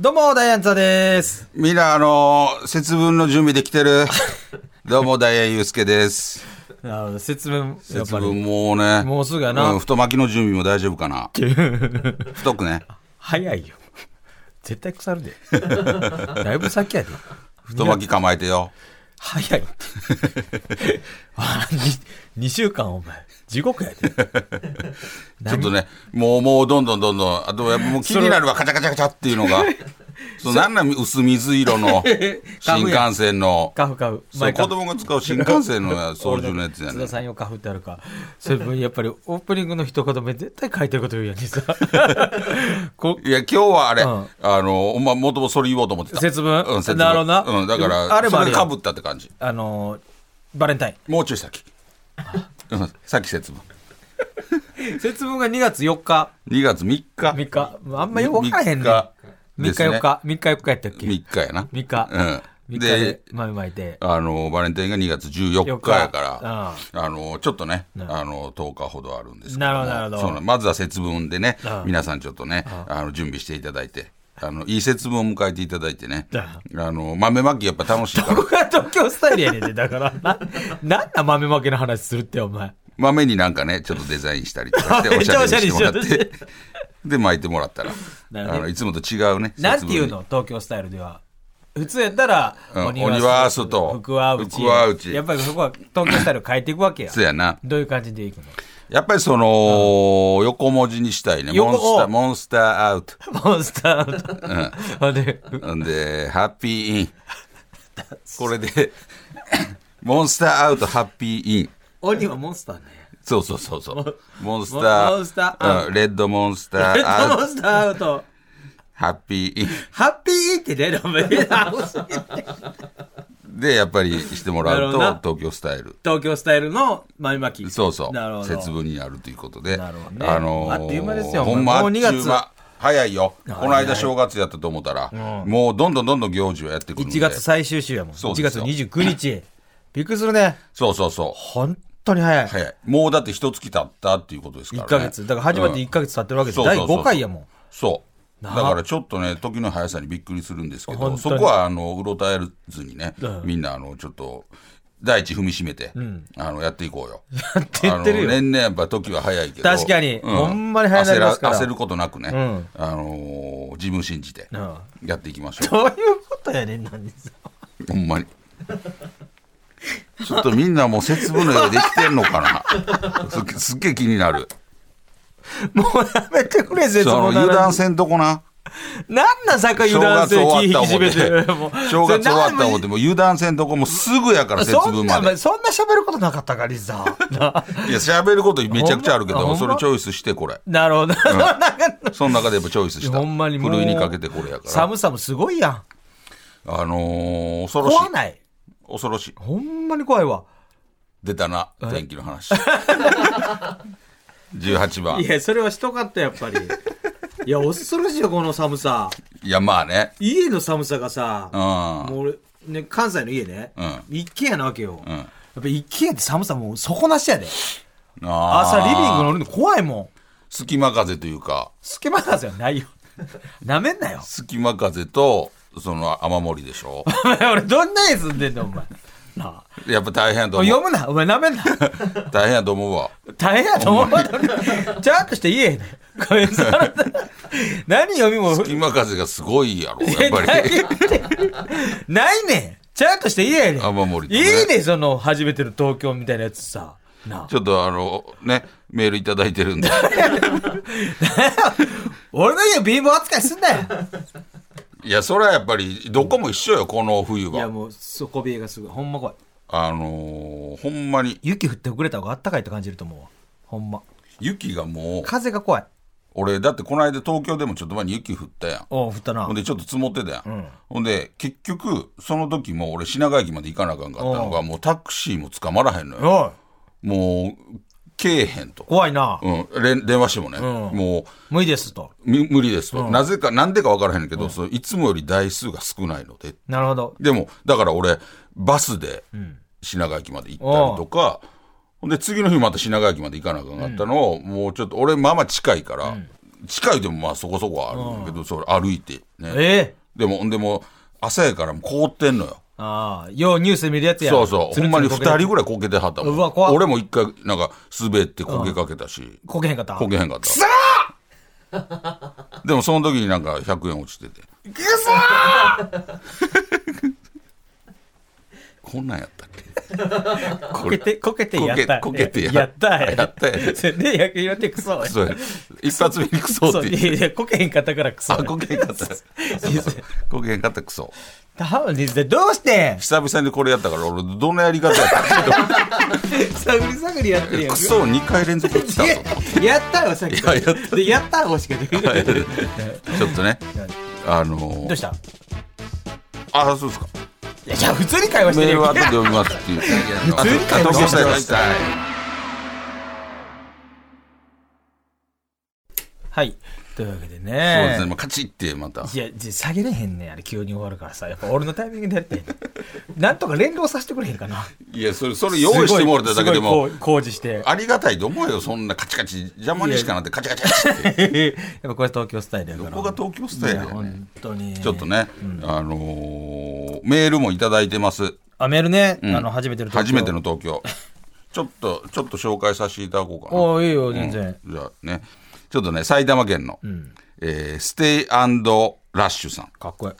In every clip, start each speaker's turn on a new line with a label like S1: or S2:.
S1: どうも、ダイアンザです。
S2: ミラーの節分の準備でき てる。どうも、ダイヤユウスケです。
S1: なるほど、節分、やっ
S2: 節
S1: ぱり。
S2: 分もうね。
S1: もうすぐやなん
S2: 太巻きの準備も大丈夫か な。太くね。
S1: 早いよ。絶対腐るで。 だいぶ先やで。
S2: 太巻き構えてよ。
S1: 早 いって。2, 週間お前、地獄やで。
S2: ちょっとね、もう、もう、どんどんどんどん。あと、やっぱもう気になるわ、カチャカチャカチャっていうの が。そう、なんなん、薄水色の新幹線の。
S1: カフカフ。
S2: そう、子供が使う新幹線の操
S1: 俺
S2: 縦のやつや
S1: 津
S2: ね
S1: 田。さんよカフってあるか。それ分やっぱりオープニングの一言目絶対書いてること言うやん、実は。 こ
S2: いや、今日はあれ、
S1: うん
S2: あの、お前、もともとそれ言おうと思ってた。
S1: 節分
S2: うん、節分。
S1: なるほどな
S2: うん、だから、
S1: あれもあ
S2: そ
S1: る
S2: れ
S1: よ
S2: かぶったって感じ。
S1: あのー、バレンタイ
S2: もうちょい先。 うん、さっき節分。
S1: ン。節分が2月4日、
S2: 2月3日。
S1: 3日。あんまよくわからへんね。
S2: 3
S1: 3日
S2: ですね
S1: 4日、3日4日やったっけ
S2: 3日やな。
S1: 3日。
S2: う
S1: 3日
S2: ん。
S1: で
S2: で、、
S1: 豆まいて。
S2: あの、バレンタインが2月14日やから、あの、ちょっとね、
S1: ん
S2: あの、10日ほどあるんですけど
S1: な
S2: も。
S1: るほどなるほど
S2: そうなんまずは節分でね
S1: うん、
S2: 皆さんちょっとね、あの、準備していただいて、あの、いい節分を迎えていただいてね、あの、豆まきやっぱ楽しいか ら
S1: こ、こが東京スタイルやねんで、だ から。な、なんだ豆まけの話するって、お前。
S2: 豆になんかね、ちょっとデザインしたりとか して、
S1: め
S2: お
S1: っち
S2: し
S1: ゃ
S2: ゃ
S1: お
S2: れ
S1: しゃれ
S2: にしてもらっ
S1: しよう
S2: て、で、巻いてもらったら、
S1: なるほど
S2: あの、いつもと違うね。
S1: なんていう
S2: 節分に
S1: の東京スタイルでは。普通やったら、
S2: うん
S1: ス
S2: 鬼は外
S1: 福は内。
S2: 福は内
S1: やっぱりそこは東京スタイル変えていくわけや。
S2: そうやな。
S1: どういう感じでいくの
S2: やっぱりその、横文字にしたいね。
S1: 横
S2: モンスター、モンスターアウト。
S1: モンスターの。で、
S2: んで、ハッピーイ ン。これで、 モンスターアウト、ハッピーイン。
S1: 鬼はモンスターね。
S2: そうそうそうそう。モンスター、
S1: モンスターアウト
S2: うんレッドモンスター
S1: レッドモ
S2: アウ
S1: ン
S2: ト、
S1: スターアウト。
S2: ハッピーイ
S1: ハッピーって出るお前。
S2: ン。で、やっぱりしてもらうと
S1: なるほ、
S2: 東京スタイル。
S1: 東京スタイルの豆まき。
S2: そうそう。
S1: なるほど。
S2: 節分になるということで。
S1: なるほどね
S2: あのー
S1: あっという間ですよ
S2: ほんま、
S1: もう2月
S2: あっという間早いよ。こ
S1: い
S2: の間正月やったと思ったら、もうどんどんどんどん行事をやってくるんで。
S1: 1月最終週やもん。
S2: そう
S1: 1
S2: です
S1: 月
S2: よ
S1: 29日。 びっくりするね。
S2: そうそうそう。
S1: 本当に早い。
S2: 早い。もうだって一月経ったっていうことですから
S1: 1
S2: ね。
S1: ヶ月。だから始まって
S2: うん
S1: 1ヶ月経ってるわけで、
S2: そうそう
S1: 第
S2: そう
S1: 5回やもん。
S2: そう。だ
S1: な
S2: からちょっとね、時の速さにびっくりするんですけ
S1: 本当
S2: ど、
S1: に
S2: そこは、あの、うろたえずにね
S1: ん、
S2: みんな、あの、ちょっと、大地踏みしめて、あの、やっていこうよ。やって
S1: 言ってるよ
S2: 年々やっぱ時は早いけど。
S1: 確かにほんまに早なりますから
S2: 焦焦ることなくね、
S1: ん
S2: あのー、自分信じて
S1: うん、
S2: やっていきましょ
S1: どういうことやねん、何さ。
S2: う。ほんまに。ちょっとみんなもう節分の絵できてんのかなすっげすっげえ気に なる。
S1: もうやめてくれ、絶
S2: その
S1: 望な
S2: 油断
S1: 話。
S2: せんとこな。
S1: なんなん、さっき油断性気引き締めてる。もう
S2: 正月終わった思っ
S1: そ
S2: て、もう油断せんとこもうすぐやから
S1: れ
S2: 節
S1: そん
S2: 分ま
S1: な、
S2: で。
S1: そんな喋ることなかったか、リサ。ない
S2: や、喋ることめちゃくちゃあるけ
S1: ほんま
S2: ど、
S1: ほ
S2: そ
S1: んま
S2: れチョイスしてこれ。
S1: なるほど。
S2: その中でやっぱチョイスした。
S1: ほんまにもう
S2: ふるいにかけてこれやから。
S1: 寒さもすごいやん。
S2: あのー、恐ろしい
S1: 怖。ない。
S2: 恐ろしい。
S1: ほんまに怖いわ。
S2: 出たな、天気 の話。18番。
S1: い
S2: い
S1: や、それはしとかった、やっ ぱり。いや、恐ろしいよ、この寒さ。
S2: や、まあね。
S1: 家の寒さがさ、
S2: う
S1: もう俺、ね、関西の家ね、
S2: うん
S1: 一軒家なわけよ。
S2: ん。う
S1: や
S2: ん。
S1: っぱ一軒家って寒さもう底なしやで。
S2: あ
S1: 朝リビング
S2: の。
S1: 乗るの怖いもん。
S2: 隙間風というか、
S1: 隙間風はないよ。 なめんなよ。
S2: 隙間風と、その雨漏りでしょ。
S1: お前 俺どんな家住んでんの、お前。なあ。
S2: やっぱ大変やと
S1: お前
S2: 思
S1: 読む
S2: う。
S1: な、お前なめんな。
S2: 大変やと思うわ。
S1: 大変やと思うわ。 ちゃんとして言えへんねん。ごめんな 何読みも。
S2: 隙間風がすごいやろ、やっぱり。
S1: ないねんちゃんとして言えやねん
S2: 雨漏りと
S1: いい
S2: ね
S1: ねんその初めての東京みたいなやつさなあ
S2: ちょっとあの、ね、メールいただいてるん で。
S1: 俺の家貧乏扱いすんなよ
S2: いや、それはやっぱり、どこも一緒よ、この冬
S1: いや
S2: は。
S1: もう底冷えがすごいほんま怖い
S2: あのーほんまに、
S1: 雪降ってくれた方があったかいと感じると思うわほんま
S2: 雪がもう、
S1: 風が怖い
S2: 俺、だってこの間東京でもちょっと前に雪降ったやん。
S1: おう振ったな
S2: ほん。で、ちょっと積もってたやん。ほんで、結局、その時も俺、品川駅まで行かなあかんかったのが、もうタクシーも捕まらへんのよ。
S1: おい、
S2: もう、けえへんと。
S1: 怖いな。
S2: うん、連電話してもね、
S1: うん
S2: も
S1: 無理ですと。
S2: う、み無理ですと。なぜか、なんでか分からへんけど、そういつもより台数が少ないので。
S1: なるほど。
S2: でも、だから俺、バスで品川駅まで行ったりとか、ほんで、次の日また品川駅まで行かなあかんかったのを、もうちょっと、俺、まあまあ近いから、近いでもまあそこそこあるんだけど、それ歩いてね。
S1: ええ
S2: でも、ほんでもう、朝やからもう凍ってんのよ。
S1: ああ、ようニュースで見るやつや。
S2: そうそ
S1: つる
S2: う。ほん
S1: つる
S2: まに二
S1: こけて
S2: 人ぐらいこけてはったもん。
S1: うわ怖っ
S2: 俺も一回、なんか、滑ってこけかけたし、
S1: こけへんかった。
S2: こけへんかった。でも、その時になんか100円落ちてて。くそーこんなんやったっけ
S1: こけて、こけてやった。
S2: こけこけてや
S1: やった。
S2: やったや
S1: それで、野球やってクソ。
S2: そうや一発目にクソっ
S1: そう
S2: て
S1: いや
S2: 言っ
S1: い
S2: て。
S1: や、こけへんかったからクソ
S2: あ、。こけへんかった。こけへんかったクソ。
S1: たぶん、でどうしてん
S2: 久々にこれやったから、俺、どのやり方やったっ
S1: 探り探りやってる
S2: け
S1: やん。
S2: クソ2回連続来たぞ。
S1: いややったよ、さっき。
S2: いややった
S1: で、やったら欲しくて。
S2: ちょっとね、あのー
S1: どうしたい
S2: あ、そうですか。
S1: や、じゃあ普通に会話して
S2: メ
S1: る
S2: ール
S1: や
S2: は
S1: ん
S2: 後で読みますっていう。
S1: 普通に会話してましたはい。というわけで
S2: そうで
S1: ね。
S2: すね、まあ、カチってまた。
S1: いや、じゃあ下げれへんねん、あれ急に終わるからさ。やっぱ俺のタイミングでやってん。なんとか連動させてくれへんかな。
S2: いや、それ、それ用意してもらっただけです
S1: ご
S2: も
S1: いすごい、こう工事 して。
S2: ありがたいと思うよ、そんなカチカチ。邪魔にしかなってカチカチカチって。
S1: やっぱこれ東京スタイルやから。
S2: ここが東京スタイル
S1: いや
S2: やね。
S1: 本当に。
S2: ちょっと。ね、あのーメールもいただいてます。
S1: あ、メールね。
S2: うん
S1: あの、初めての東
S2: 初
S1: 京
S2: めての。東京。ちょっと、ちょっと紹介させていただこうかな。
S1: おーいいよ全然
S2: うんじゃあね、ちょっとね、埼玉県の、えーステイラッシュさん。
S1: かっこい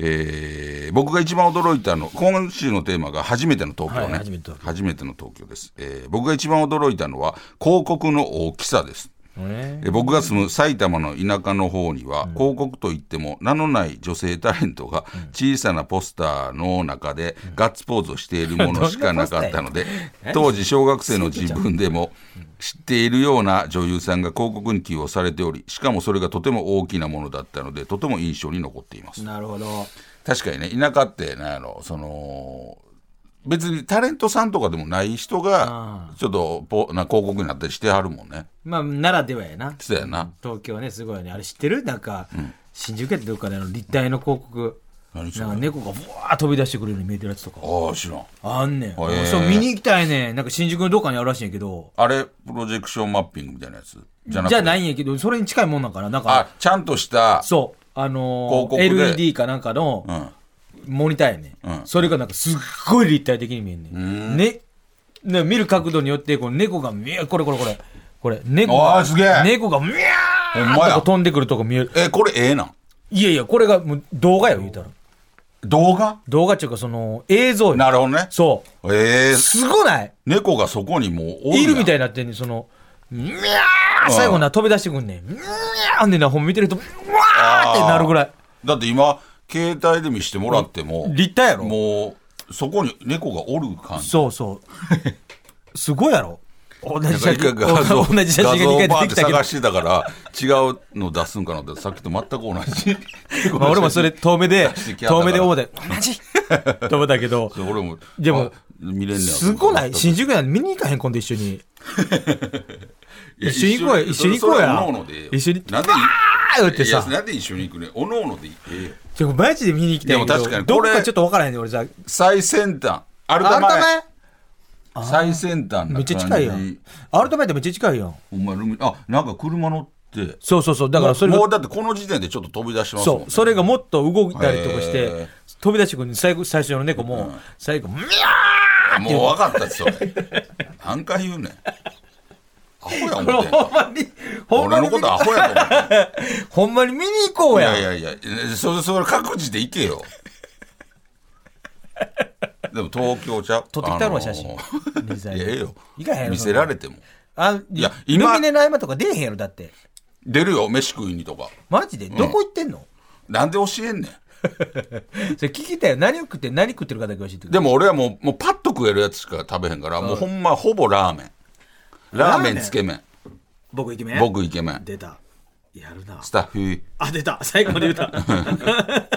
S1: い。
S2: えー僕が一番驚いたの今週のテーマが初めての東京ね、
S1: はい初めての東
S2: 初めての東京です、えー僕が一番驚いたのは広告の大きさです、
S1: ね
S2: えー僕が住む埼玉の田舎の方には、広告といっても名のない女性タレントが小さなポスターの中でガッツポーズをしているものしかなかっ たので当時小学生の自分でも知っているような女優さんが広告に起用されておりしかもそれがとても大きなものだったのでとても印象に残っています
S1: なるほど。
S2: 確かにね田舎ってなんやろその別にタレントさんとかでもない人がちょっとポな広告になったりしてはるもんね
S1: まあ、ならではやな。
S2: そうやな
S1: 東京はね、すごいよね。あれ知ってるなんか、新宿やってどっかであの立体の広告。なん
S2: 何それ
S1: か猫がぶわー飛び出してくるように見えてるやつとか。
S2: ああ知らん
S1: あんねん。
S2: ー
S1: そう、見に行きたいねん。なんか新宿のどっかにあるらしいんやけど。
S2: あれプロジェクションマッピングみたいなやつじゃなくて
S1: じゃないんやけど、それに近いもんなんかな。なんか、
S2: あちゃんとした
S1: そう。あのー、
S2: 広告で
S1: LED かなんかの、
S2: うん
S1: モニターやね、
S2: うん
S1: それがなんかすっごい立体的に見えんねん。ね、ね見る角度によって、この猫が見え、これこれこれ、これ、猫
S2: お
S1: が、
S2: ーすげえ
S1: 猫がミャ
S2: ほん
S1: ー
S2: ま
S1: っ
S2: や
S1: と飛んでくるとこ見える。
S2: えこれええなん
S1: いやいや、これがもう動画よ、言うたら。
S2: 動画
S1: 動画っていうか、その、映像よ
S2: なるほどね
S1: そ
S2: ええ
S1: う。すごない
S2: 猫がそこにもうお
S1: いるみたい
S2: い
S1: になってんねん、その、ミャー最後な、飛び出してくんねん。ミャーんでな、ほんま見てると、うわーってなるぐらい。
S2: だって今携帯で見してもらっても、
S1: 立体やろ
S2: もうそこに猫がおる感じ
S1: そうそう。すごいやろ同じ
S2: な
S1: 写
S2: ん
S1: 真、
S2: か一回画像
S1: 同じ写真が2回
S2: 画像をバ
S1: 出
S2: ー
S1: てき
S2: って
S1: たけど
S2: 探。してたから違うの出すんかなってさっきと全く同じ
S1: まあ、俺もそれ遠目で
S2: 出してき、やったから
S1: 遠目で思って、マ ジと思ったけど
S2: そ、う俺も
S1: でも
S2: あ見れんねや
S1: すごない
S2: 全く
S1: 新宿なんて見に行かへん、今度一緒に。一緒に行こうや、
S2: いや
S1: 一緒に行こう
S2: それ
S1: や
S2: はおのおので。
S1: 一緒に、
S2: なんで
S1: あー言って
S2: いや
S1: さ、
S2: なんで一緒に行くねおのおのでいいええよ
S1: ちょマジで見に行きたいけ
S2: でも
S1: ど、
S2: 確かに
S1: ど
S2: こ
S1: こ
S2: れ
S1: かちょっと分からへんね俺さ。
S2: 最先端アル
S1: 改
S2: タ
S1: め
S2: 前最先端な
S1: めっちゃ近いや
S2: 感
S1: ん
S2: じ。
S1: 改めてめっちゃ近いやん。
S2: ほんまルミあなんか車乗って
S1: そうそうそう、だからそれが
S2: もうもうだってこの時点でちょっと飛び出してますもん
S1: そ
S2: ね
S1: う、それがもっと動いたりとかし
S2: へ
S1: て
S2: ー、
S1: 飛び出してくる最後最初の猫も、最後、ミャー
S2: もう分かったっすそれ何回言うねんアホや思ってん
S1: ほん
S2: か
S1: まに、ほんまに
S2: 俺の
S1: 見
S2: こ
S1: に、
S2: とアホやと思ってんか
S1: ほんまに見に行こう
S2: い
S1: や
S2: やい。やいやえそれそれ各自で行けよでも東京ちゃう
S1: 撮ってきたのは写真。リザ
S2: い
S1: イ
S2: やええよ
S1: いかへんやろ
S2: 見せられても
S1: あ、い
S2: い
S1: や
S2: や、
S1: 今。
S2: 今
S1: ルミネの合間とか出えへんやろ、だって。
S2: 出るよ飯食いにとか
S1: マジでどこ行ってんの、
S2: なんで教えんねん
S1: それ聞きたいよ。何を食って、何食ってるかだけ教えてくれ。
S2: でも俺はもうもうパッと食えるやつしか食べへんから、もうほんまほぼラーメンラー
S1: ラ
S2: メン
S1: ーメン
S2: つけ麺
S1: 僕イケメン
S2: 僕イケメン
S1: 出た。やるな
S2: ス。タッフ
S1: あ、出た最後まで言うた。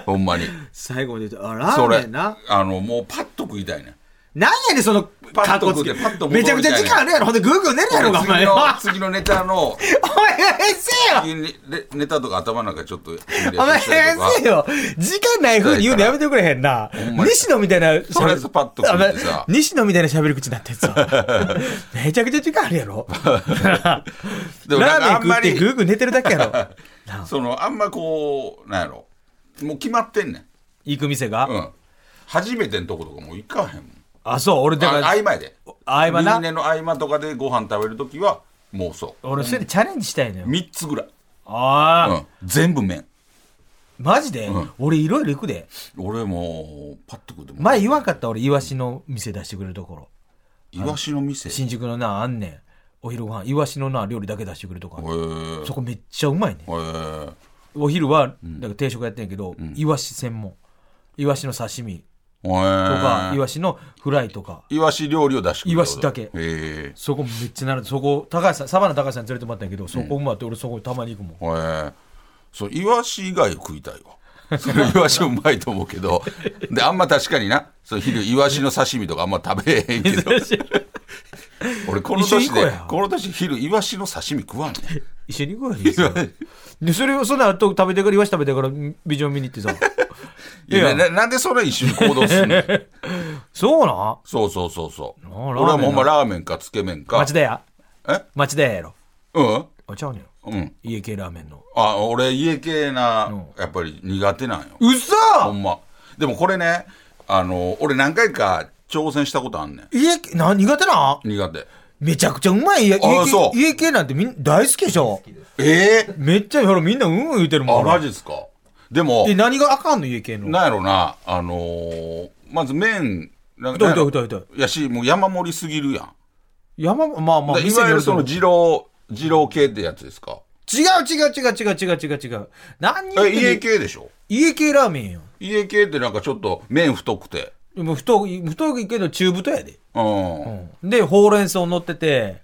S2: ほんまに
S1: 最後まで言うた。あ、ラ
S2: そ
S1: ーメ
S2: れ
S1: ンな。
S2: あのもうパッと食いたいねん
S1: なんやねん、その、
S2: パッ
S1: かっ
S2: と
S1: こ
S2: 食
S1: つ
S2: う
S1: け
S2: てパッと。戻
S1: め
S2: る
S1: ちゃくちゃ時間あるやろ。ほんで、グーグー寝るやろが、 お
S2: 次
S1: 前
S2: の
S1: は。
S2: 次のネタの
S1: お前、返せよ
S2: 急にレネタとか頭なんかちょっと入れて
S1: お前、
S2: したりとか
S1: 返せよ時間ない風に言うのやめてくれへんな
S2: んま。に
S1: 西野みたいな喋り、
S2: とりあえずパッと食ってさ
S1: お前西野みたいな喋り口になってん さ。めちゃくちゃ時間あるやろ。ラ
S2: でもな
S1: ー
S2: んかあ
S1: メン食
S2: んま
S1: って
S2: り
S1: グーグー寝てるだけやろ。
S2: そのあんまこうなんやろもう決まってんねん
S1: 行く店が、
S2: うん初めてんとことかもう行かへんもん
S1: あ、そう、俺、だか
S2: あ
S1: ら
S2: 合、間やで
S1: 合間な
S2: 留年の合間とかでご飯食べるときはもうそ
S1: 俺、それでチャレンジしたいのよ
S2: う。3つぐらい、
S1: あ
S2: う
S1: あ、
S2: ん、全部麺
S1: マジで、
S2: うん
S1: 俺、いろいろ行くで。
S2: 俺もうパッと食っても
S1: 前言わんかった俺、イワシの店出してくれるところ。
S2: イワシの店へ
S1: 新宿のな、あんねん。お昼ご飯、イワシのな、料理だけ出してくれるとか。
S2: え
S1: そこめっちゃうまいね。
S2: へ
S1: お昼は、だから定食やってんやけど、イワシ専門。イワシの刺身
S2: え
S1: とか、イ
S2: イワ
S1: ワシのフライとか。
S2: イワシ料理を出してくれる
S1: イワシだけ
S2: へえ
S1: そこめっちゃ並んで、そこ、高橋さん、サバナ高橋さんに連れてもらったんやけど、そこうまって、俺そこたまに行くもん。
S2: へえそうイワシ以外食いたいわそれイワシうまいと思うけ どであんま確かになそう昼イワシの刺身とかあんま食べへんけど
S1: 珍 しい
S2: 俺この
S1: 一緒に行
S2: 年
S1: こう
S2: で
S1: や
S2: この年昼イワシの刺身食わんねん
S1: 一緒に行こうよいいっすよ。 で、それを、そんな後食べてから、イワシ食べてから、ビジョン見に行ってさ。
S2: いや
S1: いや
S2: ななんでそれ一緒に行動するの
S1: そうなん
S2: そうそうそうそう
S1: あ
S2: 俺はもうほんま
S1: ラ
S2: ラーメンかつけ麺か
S1: 町田屋
S2: え
S1: 町田屋やろ。
S2: うん
S1: あ、ちゃうねん。
S2: うん
S1: 家系ラーメンの。
S2: あ俺家系な、
S1: う
S2: やっぱり苦手なんよ
S1: うそ
S2: ほんまでもこれねあの俺何回か挑戦したことあんねん
S1: 家系、な、苦手なん
S2: 苦手
S1: めちゃくちゃうまい家
S2: あそ
S1: 系
S2: う
S1: 家系なんてみん大好きでしょ
S2: ええ
S1: めっちゃほらみんなうんうん言うてるも
S2: あ
S1: ん
S2: マジですかでも
S1: で何があかんの家系の
S2: なんやろなあのーまず麺な
S1: 太い太い
S2: なんや
S1: 太
S2: ろ
S1: い太い
S2: やしもう山盛りすぎるやん
S1: 山まあまあ
S2: だい
S1: 店
S2: わ
S1: に
S2: ゆ
S1: よ
S2: る
S1: ると
S2: そ
S1: 思
S2: の
S1: う違
S2: 二郎二郎系ってやつですか
S1: う違う違う違う違う違う違う何言って
S2: え
S1: んの
S2: 家系でしょ
S1: 家系ラーメンよ
S2: 家系ってなんかちょっと麺太くて
S1: でも太い太いけど中太やで、
S2: うん、
S1: うん、でほうれん草乗ってて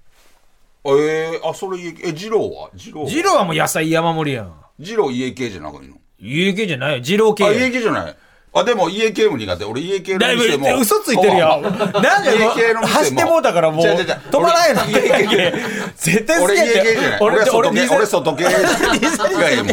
S2: えー、あそれ家系え二郎は二郎
S1: 二郎はもう野菜山盛りやん
S2: 二郎家系じゃなくいいの
S1: 家系じゃないよ二郎系
S2: あ家系じゃないあでも家系も苦手俺家系の
S1: だいぶ
S2: 店も
S1: 嘘ついてるやん。
S2: ほんま
S1: なんで
S2: 家系の店も
S1: 走ってもうたからもう
S2: 違う違う違う
S1: 止まらへんの。
S2: 俺家系
S1: 絶対好き
S2: 俺
S1: やっ
S2: 家系
S1: て
S2: じゃない俺は外系俺外系がいいもん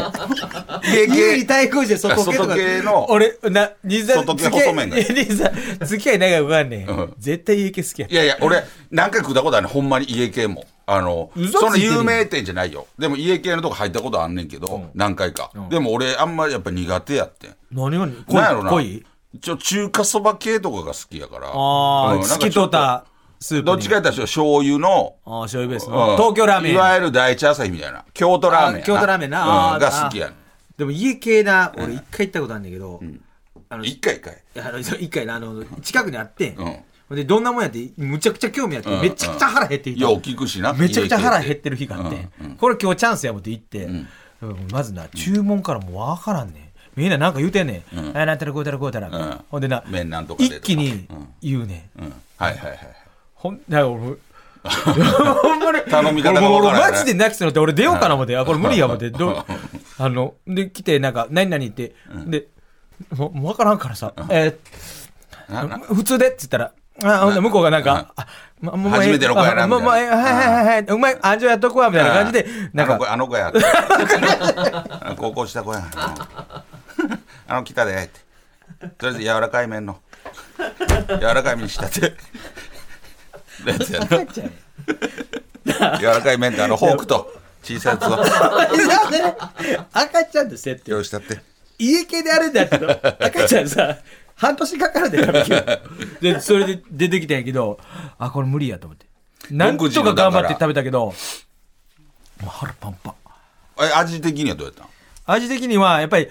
S1: 家
S2: 家
S1: に
S2: 系
S1: 対抗して外系とか。
S2: 外系の
S1: 俺、な、兄さん、
S2: 外系
S1: 付き合い
S2: 細麺がいい
S1: 兄さん、付き合い長いわかんね
S2: うん
S1: ん。絶対家系好きや
S2: い。やいや俺何回食ったことあるねんほんまに家系もあの
S1: 嘘ついてる
S2: その有名店じゃないよでも家系のとこ入ったことあんねんけど、何回か、でも俺あんまりやっぱ苦手やってん
S1: 何が
S2: なんやろな
S1: 濃い
S2: ちょ中華そば系とかが好きやから
S1: ああ、
S2: うんなん
S1: 透
S2: か
S1: き
S2: ち
S1: 通
S2: ょっと
S1: ったスープに。
S2: どっちかやったら醤油の
S1: あー醤油ベース
S2: うん
S1: の。東京ラーメン
S2: いわ。ゆる第一朝日みたいな京都ラーメンや
S1: あ京都ラーメンな
S2: う
S1: あ
S2: ん
S1: ー
S2: が好きやね
S1: でも家系な、俺一回行ったことあるんだけど、あの
S2: ん、一回一回
S1: あのそう一回なあの近くにあってん、
S2: うん
S1: ほんでどんなもんやってむちゃくちゃ興味あって、
S2: うん
S1: めちゃくちゃ腹減っていた
S2: よう聞くしな
S1: めちゃくちゃ腹減
S2: 家
S1: っ
S2: 系
S1: てる日があってん、
S2: うんう
S1: これ今日チャンスや思って行って、うんまずな注文からもう分からんねんみんななんか言うてんねん、
S2: うん
S1: あなんたらこうたらこうたら、
S2: うん
S1: ほんでな
S2: 麺なんとかでとか
S1: 一気に
S2: うん
S1: 言うねん、
S2: うんはいはいはい
S1: ほんだから 俺ほんまに
S2: 頼み方
S1: 俺
S2: が
S1: もう
S2: わから
S1: 俺
S2: んね
S1: マジで泣きそうになって俺出ようかな思って、あこれ無理や思ってどあので来てなんか何々って、でもう分からんからさ、えー
S2: なな
S1: 普通でっつったら、あほんで向こうがなんか、あまもうええ
S2: 初めての子やな
S1: あもう
S2: みたいな
S1: もうええはいはいはいはい、うまい、味はやっとくわ、みたいな感じで、なん
S2: あの子
S1: か、
S2: あの子やあの高校した子やあのあの来たでってとりあえず柔らかい麺の柔らかい麺にしたってやつやな柔らかい麺ってあのフォークと小さいやつを
S1: 赤ちゃんで設定。
S2: 用意したって
S1: 家系であれだけ ど、赤ちゃんさ、半年かかるで、多分で、それで出てきたんやけど、あ、これ無理やと思って。なんとか頑張って食べたけど、もう腹パンパン。
S2: え味的にはどうやったん
S1: 味的には、やっぱり、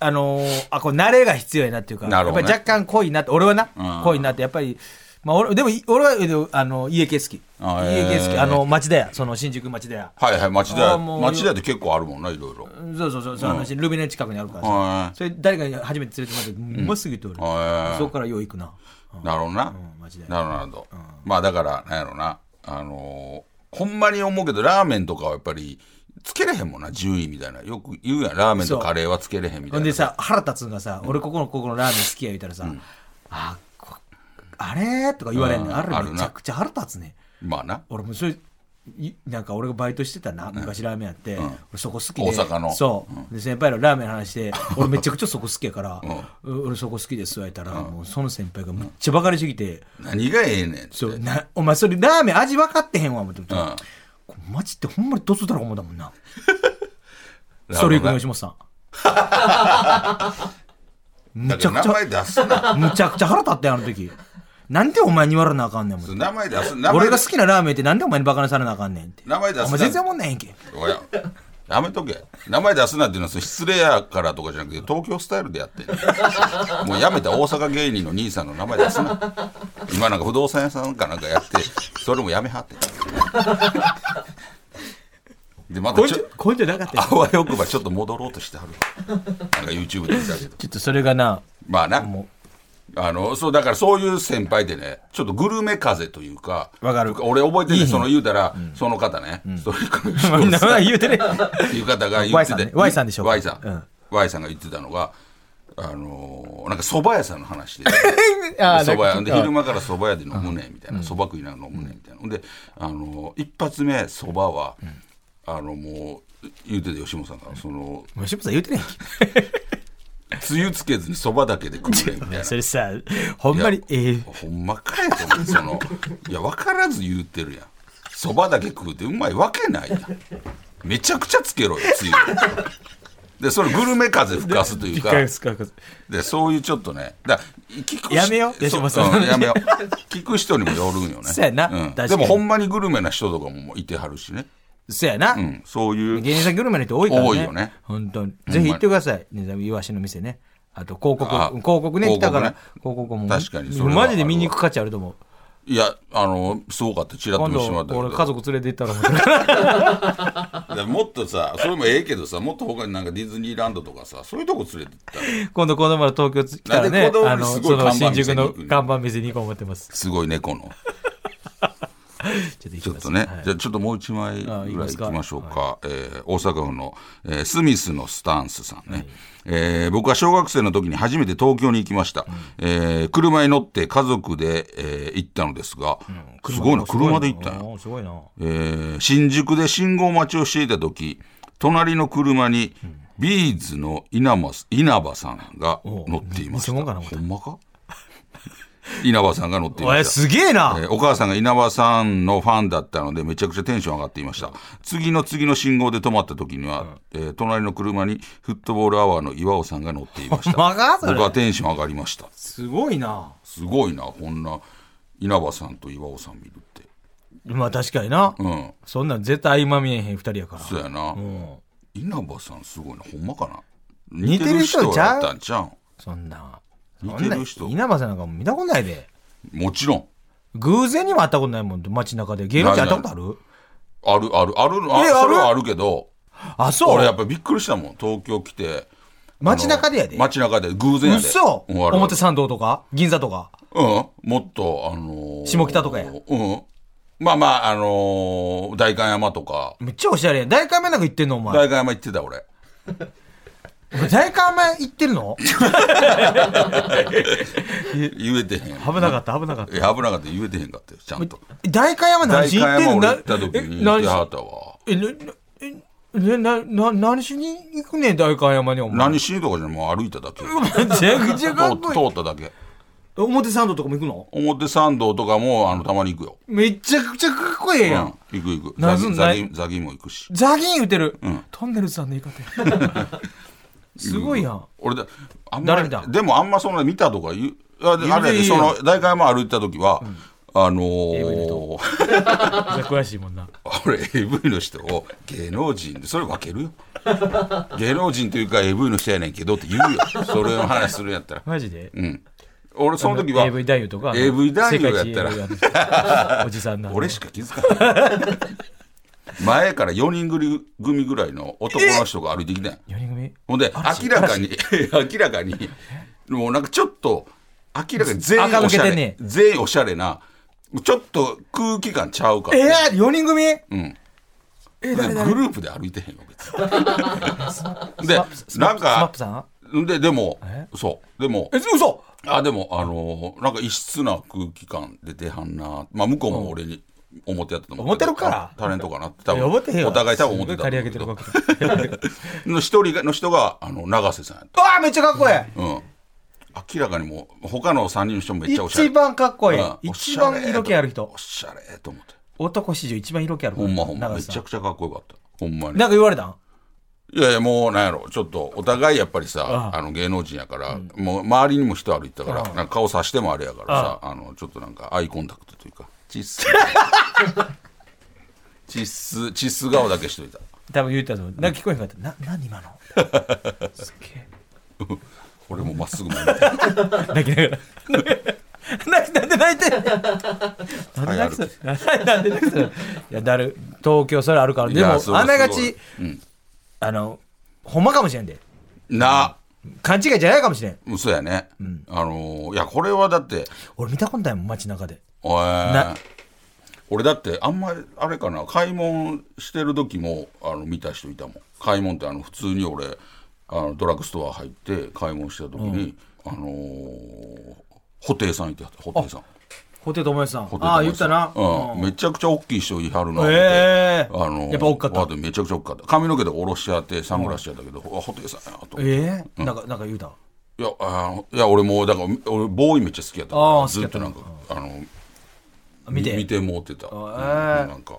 S1: あのーあ、こう、慣れが必要やなっていうか、
S2: なるほどね
S1: やっぱり若干濃いなって、俺はな、
S2: うん
S1: 濃いなって、やっぱり、まあ、俺、でも、い俺は、えっとあの、家系好き。
S2: あ
S1: 家系好
S2: へ
S1: き。
S2: ー
S1: あの、町田屋、その、新宿町田屋。
S2: はいはい町田
S1: あ
S2: 屋
S1: ーもう
S2: 町田屋って結構あるもんないろいろ
S1: そうそうそう、その話ルミネ近くにあるからさ。
S2: は
S1: それ、誰かに初めて連れてもらって、うますぐ通る。
S2: いはい
S1: そこからよう行くな。
S2: なるほどな。
S1: んマジで
S2: なるほどなるほど。まあだから、なんやろな。あのーほんまに思うけど、ラーメンとかはやっぱり、つけれへんもんな、順位みたいな。よく言うやん、ラーメンとカレーはつけれへんみ
S1: ほ
S2: たい
S1: んで
S2: な。
S1: さ、腹立つんがさ、俺ここのここのラーメン好きや言うたらさ、あ、こあれとか言われんね。
S2: うんん
S1: あれ
S2: あるな
S1: めちゃくちゃ腹立つね。
S2: まあな。
S1: 俺もそれ、いなんか俺がバイトしてたな、昔ラーメンやって、俺そこ好きで。
S2: 大阪の
S1: そう。で、先輩のラーメンの話 して、俺めちゃくちゃそこ好きやから、う俺そこ好きですわ言ったら、もうその先輩がめっちゃバカにしてきて、
S2: 何がええねんって。
S1: そうなお前それラーメン味分かってへんわ思って、
S2: うん
S1: これマジってほんまにどつだら思うだもんな
S2: ラーメン
S1: それいくの吉本 さんむ
S2: だ
S1: ち
S2: か
S1: ゃく
S2: ら
S1: ち
S2: 名前
S1: ゃ
S2: 出 すな。
S1: むちゃくちゃ腹立ったよあの時なんでお前に言われなあかんねん思って
S2: 名前出す。名前
S1: 俺が好きなラーメンってなんでお前にバカにされなあかんねんって
S2: 名前出すな
S1: お前全然おもんないやんけ
S2: おや。やめとけ。名前出すなっていうのはそれ失礼やからとかじゃなくて、東京スタイルでやってんもうやめた大阪芸人の兄さんの名前出すな。今なんか不動産屋さんかなんかやって、それもやめはって。で、また
S1: こい
S2: ち
S1: つ
S2: ょ、
S1: こいつなかったよ
S2: あわよくばちょっと戻ろうとしてはる。なんか YouTube で見たけど。
S1: ちょっとそれがな
S2: まあな。
S1: も
S2: あの、そう、だからそういう先輩でね、ちょっとグルメ風というか、
S1: わかる
S2: 俺覚えてる
S1: いい
S2: ね、
S1: ね
S2: その言うたら、その方ね、それから
S1: うみんな言う てね
S2: っていう方が言って
S1: Y さん
S2: て
S1: ね Y さんでしょうか
S2: Y さん、
S1: うん
S2: Y さんが言ってたのがあのーなんか蕎麦屋さんの話でで
S1: あー
S2: 蕎麦
S1: な
S2: 屋
S1: ん
S2: で
S1: か
S2: 昼間から蕎麦屋で飲むねみたいな蕎麦食いながら飲むねみたいなほんで、あのー一発目蕎麦は、あのもう言うてて吉本さんがその
S1: 吉本さん言うてねやん
S2: つゆつけずに蕎麦だけで食う ねみたい
S1: け
S2: な
S1: それさほんまにええ
S2: ほんまかやと思うそのいや分からず言ってるやんそばだけ食うてうまいわけないやんめちゃくちゃつけろよつゆでそのグルメ風吹かすというかでそういうちょっとねだ聞く人
S1: やめよう
S2: そう
S1: 吉本さん
S2: うやめよう聞く人にもよるんよね
S1: そうやな
S2: うん
S1: 確かに
S2: でもほんまにグルメな人とかもいてはるしね、
S1: そやな、
S2: うん、そういう
S1: 芸人さんグルメの人多いからね。
S2: 多いよね
S1: 本当に。ぜひ行ってください。ね、イワシの店ね。あと広告、
S2: あ
S1: 広告ね、来
S2: 広告ね
S1: たから、広告も。
S2: 確かにそれは
S1: マジで見に行く価値あると思う。
S2: いやあのすごかったちらっと
S1: 今
S2: 見せてもらっ
S1: 度、
S2: たけど
S1: 俺家族連れて行ったら面 白い、
S2: だからもっとさそれもええけどさもっと他になんかディズニーランドとかさそういうとこ連れてったら
S1: 今度子供ら東京来たら
S2: な
S1: ね
S2: んで子、供に
S1: あの、
S2: す
S1: そ
S2: ごい
S1: の
S2: 看板
S1: 新
S2: 見せ
S1: 宿
S2: に行
S1: の
S2: くの
S1: 看板見せに行こう思ってます。
S2: すごい猫の。
S1: ちょっと行
S2: ち
S1: き
S2: ょっ
S1: ます。
S2: とね、
S1: はい
S2: じゃあちょっともう一枚ぐら
S1: あ
S2: い
S1: いい
S2: 行
S1: ですか
S2: きましょうか。えー大阪府の、えースミスのスタンスさんね。えー僕は小学生の時に初めて東京に行きました。えー車に乗って家族で、えー行ったのですが、すごいな、車で行ったんや
S1: うんすごいな。
S2: えー新宿で信号待ちをしていた時隣の車にビーズの稲葉稲葉さんが乗っていました。
S1: おう見せ物かな思った
S2: ほんまか稲葉さんが乗っていま
S1: お
S2: し
S1: い、
S2: た。
S1: すげえな
S2: えーお母さんが稲葉さんのファンだったのでめちゃくちゃテンション上がっていました、次の次の信号で止まった時には、えー隣の車にフットボールアワーの岩尾さんが乗ってい ました
S1: ほんまかそれ
S2: 僕はテンション上がりました
S1: すごいな。
S2: すごいなこんな稲葉さんと岩尾さん見るって
S1: まあ確かにな。
S2: うん
S1: そんなん絶対今見えへん二人やから。
S2: そうやな、
S1: うん
S2: 稲葉さんすごいなほんまかな
S1: 似てる人
S2: 似て
S1: ちゃう
S2: やったんちゃうん
S1: そんな。
S2: 似てる人
S1: そんな稲葉さんなんかもう見たことないで。
S2: もちろん
S1: 偶然にも会ったことないもん、街中で。芸能人会ったことある
S2: あるあるあるあ
S1: え
S2: それは
S1: あ
S2: あるけど
S1: あ、そう。
S2: 俺やっぱびっくりしたもん東京来て
S1: 街中でやで。
S2: 街中で偶然やで
S1: 嘘
S2: うんあるある
S1: 表参道とか銀座とか。
S2: うん、もっと、あのー
S1: 下北とかや
S2: うん。まあまあ、あのー代官山とか、
S1: めっちゃおしゃれやん。大観目なんか行ってんのお前。
S2: 代官山行ってた俺。
S1: 大観目行ってる の
S2: 言えてへん。
S1: 危なかった、危なかっ
S2: いや危なかった、言えてへんかったよ、ちゃんと。
S1: た。大観山何
S2: 代
S1: しに
S2: 官
S1: 行ってんの
S2: 山俺
S1: な
S2: 行った時に、
S1: え
S2: 行っ
S1: 何し
S2: てはったわ。
S1: え、な、え、な、な、な何しに行くねん、大観山にお前。
S2: 何しにとかじゃないもう歩いただけ。
S1: めちゃくちゃかっこ
S2: 通
S1: いい。
S2: 通っただけ。
S1: 表参道とかも行くの
S2: 表参道とかも、あの、たまに行くよ。
S1: めちゃくちゃかっこええ
S2: うん、
S1: や
S2: 行
S1: ん。
S2: く行く。
S1: な
S2: ザ
S1: ず
S2: ギ
S1: ん
S2: ザギザギも行くし。
S1: ザギン言うてる
S2: ん。
S1: トンネルズさんの言い方や。 すごいやん。
S2: 俺だ、あん
S1: 誰
S2: ま
S1: 見た
S2: り、でもあんまそんな見たとか言う、あであれや
S1: い
S2: で、
S1: い
S2: そ
S1: よ
S2: の、代官山歩いた時は、あのー、
S1: 詳しいもんな。
S2: 俺 AV の人を芸能人でそれ分けるよ芸能人というか AV の人やねんけどって言うよそれの話するんやったら
S1: マジで
S2: うん俺その時は
S1: AV 男優とか
S2: AV 男優や
S1: 世
S2: っ
S1: 界
S2: た
S1: 一 AV 男優おじさんな
S2: ら俺しか気づかない前から4人組組ぐらいの男の人が歩いてきたんや
S1: 4人組
S2: ほんで明らかに明らかにもうなんかちょっと明らかに全員おしゃ
S1: 垢抜け
S2: れ、
S1: てね
S2: 全員おしゃれなちょっと空気感ちゃうか
S1: え
S2: ら
S1: ー、4人組
S2: うんグループで歩いてへんよ別に
S1: ス
S2: で
S1: マッ
S2: なん
S1: プスマッ
S2: か
S1: プさん
S2: ででもそうでも
S1: え、嘘
S2: あでもあのーなんか異質な空気感出てはんなまあ向こうも俺に思ってやったと思うけど
S1: 思ってるから
S2: タレントかなって多
S1: いや思ってへん
S2: 分
S1: わ
S2: お互い多分思って
S1: す
S2: た
S1: ごい
S2: と
S1: 刈り
S2: 思
S1: 上
S2: う
S1: げ
S2: け
S1: てる
S2: ど
S1: わけ だ
S2: の一人がの人があの永瀬さんやっ
S1: うわーめっちゃかっこい
S2: たうん明らかにもう他の3人の人もめっ
S1: い
S2: ちゃおしゃれ
S1: 一番かっこいい
S2: うんお
S1: 一
S2: しゃれ
S1: 番色気ある人
S2: おしゃれと思って
S1: 男史上一番色気ある
S2: ほんまほんまめ
S1: 長
S2: ち
S1: 瀬さ
S2: ゃくちゃかっこよかったほんまに
S1: なんか言われたん
S2: いやいやもうなんやろちょっとお互いやっぱりさ
S1: ああ
S2: あの芸能人やから、もう周りにも人歩いてたからなんか顔さしてもあれやからさあのちょっとなんかアイコンタクトというかチッ スチッスチッス顔だけしといた
S1: 多分言ったと思うなんか聞こえへんかったな何今のすっげえ
S2: 俺もまっすぐ前見て
S1: 泣きながら。泣き なんで泣いてんのなんで泣きそうなんで泣きそういや、だる、東京それあるから。
S2: い
S1: で
S2: やそ
S1: も、
S2: れ
S1: あ
S2: すごい
S1: ながち、
S2: うん
S1: あの、ほんまかもしれんで。
S2: な
S1: 勘違いじゃないかもしれん。
S2: 嘘やね、あのーいやこれはだって
S1: 俺見たことないもん、街中で。
S2: おい
S1: な
S2: 俺だってあんまりあれかな買い物してる時もあの見た人いたもん買い物ってあの普通に俺あのドラッグストア入って買い物した時に、あのー、布袋さんいてはった布袋さん
S1: ホテル友達さん。
S2: 布袋寅泰さん
S1: ああ、言ったな。
S2: うんめちゃくちゃ大きい人いはるな思って
S1: ええ
S2: あのー
S1: やっぱ大きかった
S2: わてめちゃくちゃ大きかった髪の毛で下ろしちゃってサングラスしちゃったけど、うわ布袋さんやと思って
S1: ええなんか、なんか言うた。
S2: いやあのいや俺もうだから俺ボーイめっちゃ好きやったか
S1: あ
S2: ら
S1: あ
S2: ずっと
S1: 好きや
S2: な
S1: っ
S2: んかあの
S1: 見て。
S2: 見 てもうてた、うん
S1: あ
S2: なんか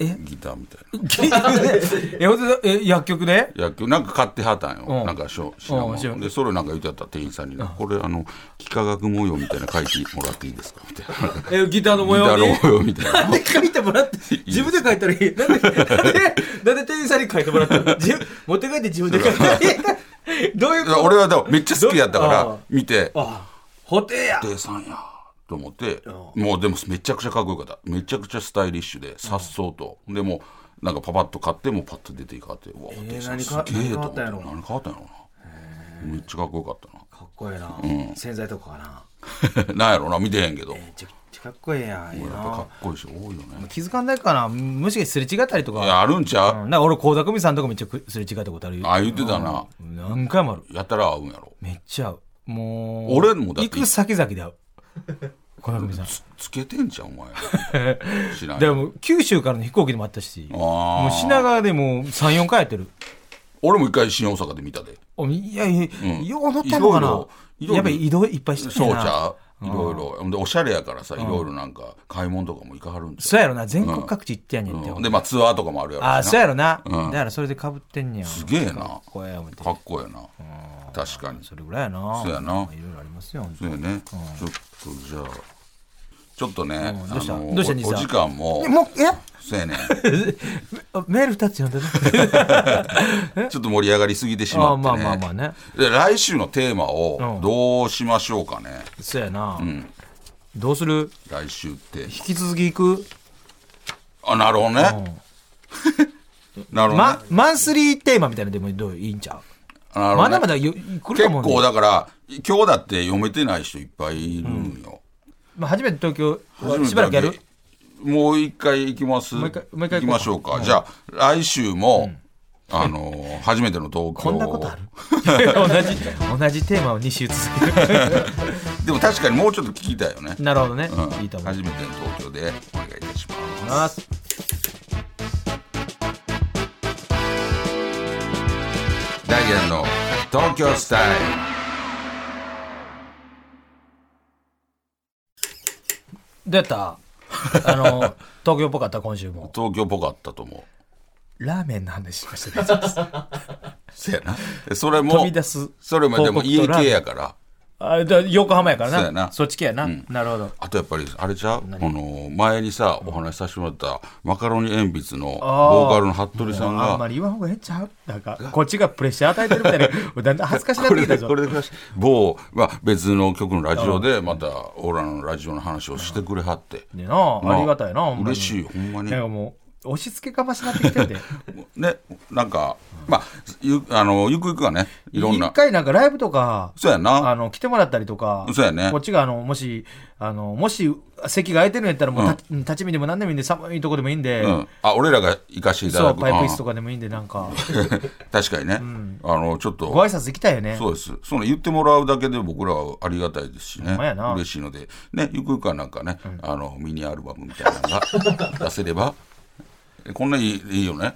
S1: え
S2: ギターみたい
S1: え、ほんとえ、薬局で
S2: な野球なんか買ってはったんよ、
S1: うん
S2: なんかしょ品
S1: うん知らん
S2: 物でそれなんか言ってはった店員さんにな、これあの幾何学模様みたいな書いてもらっていいですかみたいなギ
S1: え、ギター の模
S2: タ
S1: 様
S2: ーの
S1: に。
S2: 模様みたい
S1: な
S2: なん
S1: で書いてもらって、自分で書いたらいい。なんで、なんで、なんで店員さんに書いてもらったの自分持って帰って自分で書いたらいい。どういう
S2: い
S1: こと
S2: や俺はでもめっちゃ好きやったか
S1: どあ
S2: ら
S1: あ
S2: 見て
S1: あ、ホテや。
S2: 店員さんやと思ってもうでもめちゃくちゃかっこよかっためちゃくちゃスタイリッシュでさっそうと、でもうなんかパパッと買ってもうパッと出ていかはってうわ
S1: えー
S2: 店員さん
S1: 何
S2: す
S1: か
S2: げえと思
S1: 何変わってたんや
S2: っ何
S1: ろ
S2: 変わったんやろなめっちゃかっこよかったな
S1: かっこええな。洗剤とかかな。
S2: なんやろな見てへんけど、
S1: めちゃくちゃかっこええやん。ええ
S2: やっぱか
S1: な
S2: っこいい人多いよね
S1: 気づかんないかな。むしろすれ違ったりと
S2: い
S1: か。
S2: やあるんちゃ
S1: う
S2: うん
S1: なんか俺、高田久美さんとかめっちゃくすれ違ったことあるよ。
S2: あ言ってたな
S1: 何回もある。
S2: やたら合うんやろ
S1: めっちゃ合う。もう。
S2: 俺もだって
S1: 行く先々で会う。高田久美さん。
S2: つつけてんじゃんお前 知らん
S1: で
S2: よ
S1: も九州からの飛行機でもあったし、
S2: あー
S1: もう品川でもう3、4回やってる。
S2: 俺も一回新大阪で見たで
S1: おいやいや、
S2: うん
S1: よう乗ったのか
S2: い
S1: な
S2: ろいろいろいろ
S1: やっぱり移動いっぱいして
S2: そうち
S1: な
S2: ゃういろいろほんでおしゃれやからさいろいろなんか買い物とかも行かはるんです
S1: そうやろな、全国各地行ってやんねんって。
S2: でまあツアーとかもあるやろしな
S1: ああ、そうやろな、
S2: うん
S1: だからそれでかぶってんねや。
S2: すげえ
S1: か
S2: な
S1: っこええ思って
S2: かっこええな確かに
S1: それぐらいやな。
S2: そうやない
S1: ろいろありますよ、ほんと
S2: そうやねちょっとじゃあちょっとねあ
S1: んどうした
S2: の
S1: どうした
S2: お
S1: 兄さん
S2: お時間も
S1: えもう、え
S2: そうやね
S1: メール2つ読んで る
S2: ちょっと盛り上がりすぎてし
S1: ああ、
S2: まって
S1: まあ
S2: ね
S1: まあまあね。
S2: で来週のテーマ
S1: う
S2: を
S1: ん
S2: どうしましょうかね、
S1: そうやな、
S2: ん
S1: どうする
S2: 来週って
S1: 引き続き行く
S2: あなるほどね、なるほどね
S1: ま、マンスリーテーマみたいなのでもどういいんちゃう
S2: なるほ
S1: ま
S2: どね
S1: だまだよ来る
S2: 結
S1: と思うんで
S2: 構だから今日だって読めてない人いっぱいいるんよ、
S1: まあ、初めて東京
S2: 初めて
S1: しばらくやる
S2: もう一回行きます
S1: もう一回もう一回
S2: 行きましょうか、
S1: うん
S2: じゃあ来週も、あのー初めての東京
S1: こんなことある同じ 同じテーマを2週続ける
S2: でも確かにもうちょっと聞きたいよね、
S1: なるほどね、
S2: うん、
S1: いいと思い
S2: 初めての東京でお願いいたします
S1: ます
S2: ダイアンの東京スタイル
S1: どうやったあの 東京っぽかった今週も
S2: 東京っぽかったと思う
S1: ラーメンの話しましたね
S2: せやなでそれも
S1: 飛び出す
S2: それもでも
S1: 広告と
S2: 家
S1: ラーメン
S2: 系やから
S1: あだ横浜やからな
S2: そう
S1: そ
S2: やな
S1: っち系やな、なるほど
S2: あとやっぱりあれちゃうこの前にさお話しさせてもらったマカロニ鉛筆の
S1: あー
S2: ボーカルの服部さん
S1: あんま
S2: が
S1: り言わん方がええんちゃうなんかこっちがプレッシャー与えてるみたいなだん だん恥ずかしなっ
S2: こ
S1: て
S2: れ
S1: きた
S2: で
S1: ぞ
S2: これで某、まあ、別の局のラジオでまたオーラのラジオの話をしてくれはって
S1: でなあ
S2: ま
S1: ありがたいなほんまに
S2: 嬉しいほんまに
S1: なんかもう押し付けがましなってきて るで
S2: ね、なんか、まあ、ゆあのゆくゆくはね、いろんな
S1: 一、回なんかライブとか
S2: そうやな
S1: あの来てもらったりとか
S2: そうやね
S1: こっちがあのもしあのもし席が空いてるんやったらもうた、立ち見でも何でもいいんで寒いとこでもいいんで、
S2: うん、あ俺らが行かしていた
S1: そ
S2: だ
S1: う
S2: く
S1: パイプ椅子と
S2: か
S1: かでもいいんでなんか
S2: 確かにね、あのちょっと
S1: ご挨拶行きたいよね
S2: そうです。その言ってもらうだけで僕らはありがたいですしね。
S1: んまやな
S2: 嬉しいので、ね、ゆくゆくはなんかね、あの、ミニアルバムみたいなのが出せれば、 こんないいいいよね。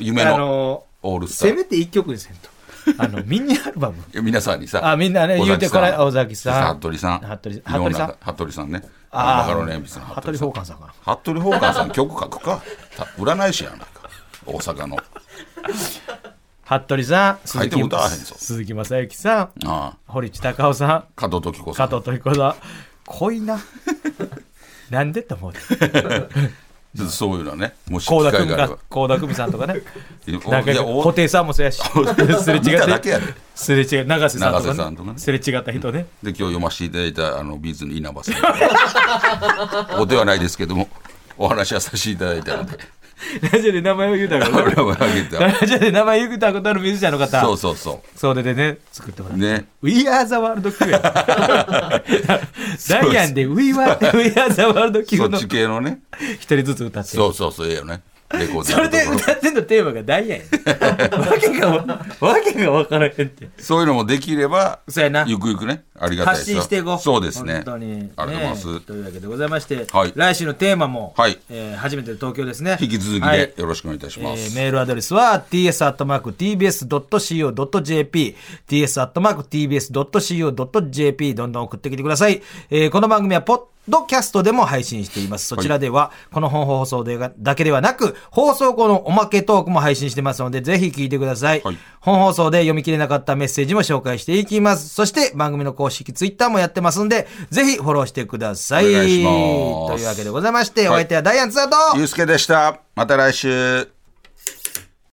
S2: 夢
S1: あ
S2: の
S1: の
S2: オールスタ
S1: せ
S2: ー。い
S1: めて一曲ですよとあ のミニアルバム
S2: や皆さんにさ、
S1: あみんなね
S2: 尾
S1: 言
S2: 崎
S1: うて
S2: さん
S1: こら尾崎さん
S2: 服部さん。
S1: 服部
S2: いろ
S1: 服
S2: ん
S1: 部
S2: な
S1: さん
S2: 服部さんね。
S1: あー
S2: マカロニ鉛筆の
S1: 服部
S2: さん
S1: ホーカンさんかな
S2: 服部ホーカンさん曲書くか。た占い師やないか。大阪の。
S1: 服部さん
S2: 書
S1: 鈴
S2: いて
S1: 木
S2: も歌わへんぞ
S1: 鈴木雅之さん
S2: ああ
S1: 堀内孝雄 さん
S2: 加藤時子さ
S1: 加
S2: ん。
S1: 藤時子さん濃いな なんでって思う
S2: ちょっとそういうのはね、もし機
S1: 倖
S2: 会
S1: 田
S2: が
S1: 久美
S2: あれば
S1: が。倖田久美さんとかね
S2: いや
S1: なんか
S2: いや お
S1: 布袋さんもそうやしすれ
S2: 見
S1: 違
S2: た
S1: っ
S2: だけ
S1: て
S2: やで。
S1: すれ違う永瀬さんと
S2: 永瀬さ
S1: か
S2: んとか
S1: ね
S2: ね
S1: すれ違った人ね
S2: で今日読ませていただいたあのビーズの稲葉さんおではないですけどもお話はさせていただいたので
S1: ラジオで名前を言うたこ
S2: 油
S1: と
S2: をあげ
S1: ラ
S2: た
S1: ジオで名前言うたことあるミュージシャンの方
S2: そうそうそ
S1: それでね作ってもら
S2: う
S1: った
S2: ね
S1: We are the world Q やダイアンで We are, We are the world
S2: そ
S1: Q
S2: っ
S1: の
S2: ち系のね
S1: 一人ずつ歌って
S2: そうそうそうええよねレコーディ
S1: そ
S2: ン
S1: れ
S2: グ
S1: で
S2: のとこ
S1: 歌ってんのテーマがダイヤやんわけがわわけが分からへんって
S2: ろそういうのもできれば
S1: そうやな
S2: ゆくゆくねありがたい
S1: 発信していこう
S2: そうですね
S1: 本当に、ね、
S2: ありがとうございます
S1: というわけでございまして、
S2: はい
S1: 来週のテーマも、
S2: はい
S1: えー初めての東京ですね
S2: 引き続き
S1: はい
S2: でよろしくお願いいたしま
S1: えー
S2: す
S1: メールアドレスは ts.tbs.co.jp ts.tbs.co.jp どんどん送ってきてください、えーこの番組はポッドキャストでも配信していますそちらでは、この本放送でがだけではなく放送後のおまけトークも配信してますのでぜひ聞いてください、
S2: はい
S1: 本放送で読み切れなかったメッセージも紹介していきますそして番組の公式ツイッターもやってますんでぜひフォローしてください
S2: お願いします
S1: というわけでございまして、お
S2: はい
S1: 相手はダイアンツアーと
S2: ゆうすけでしたまた来週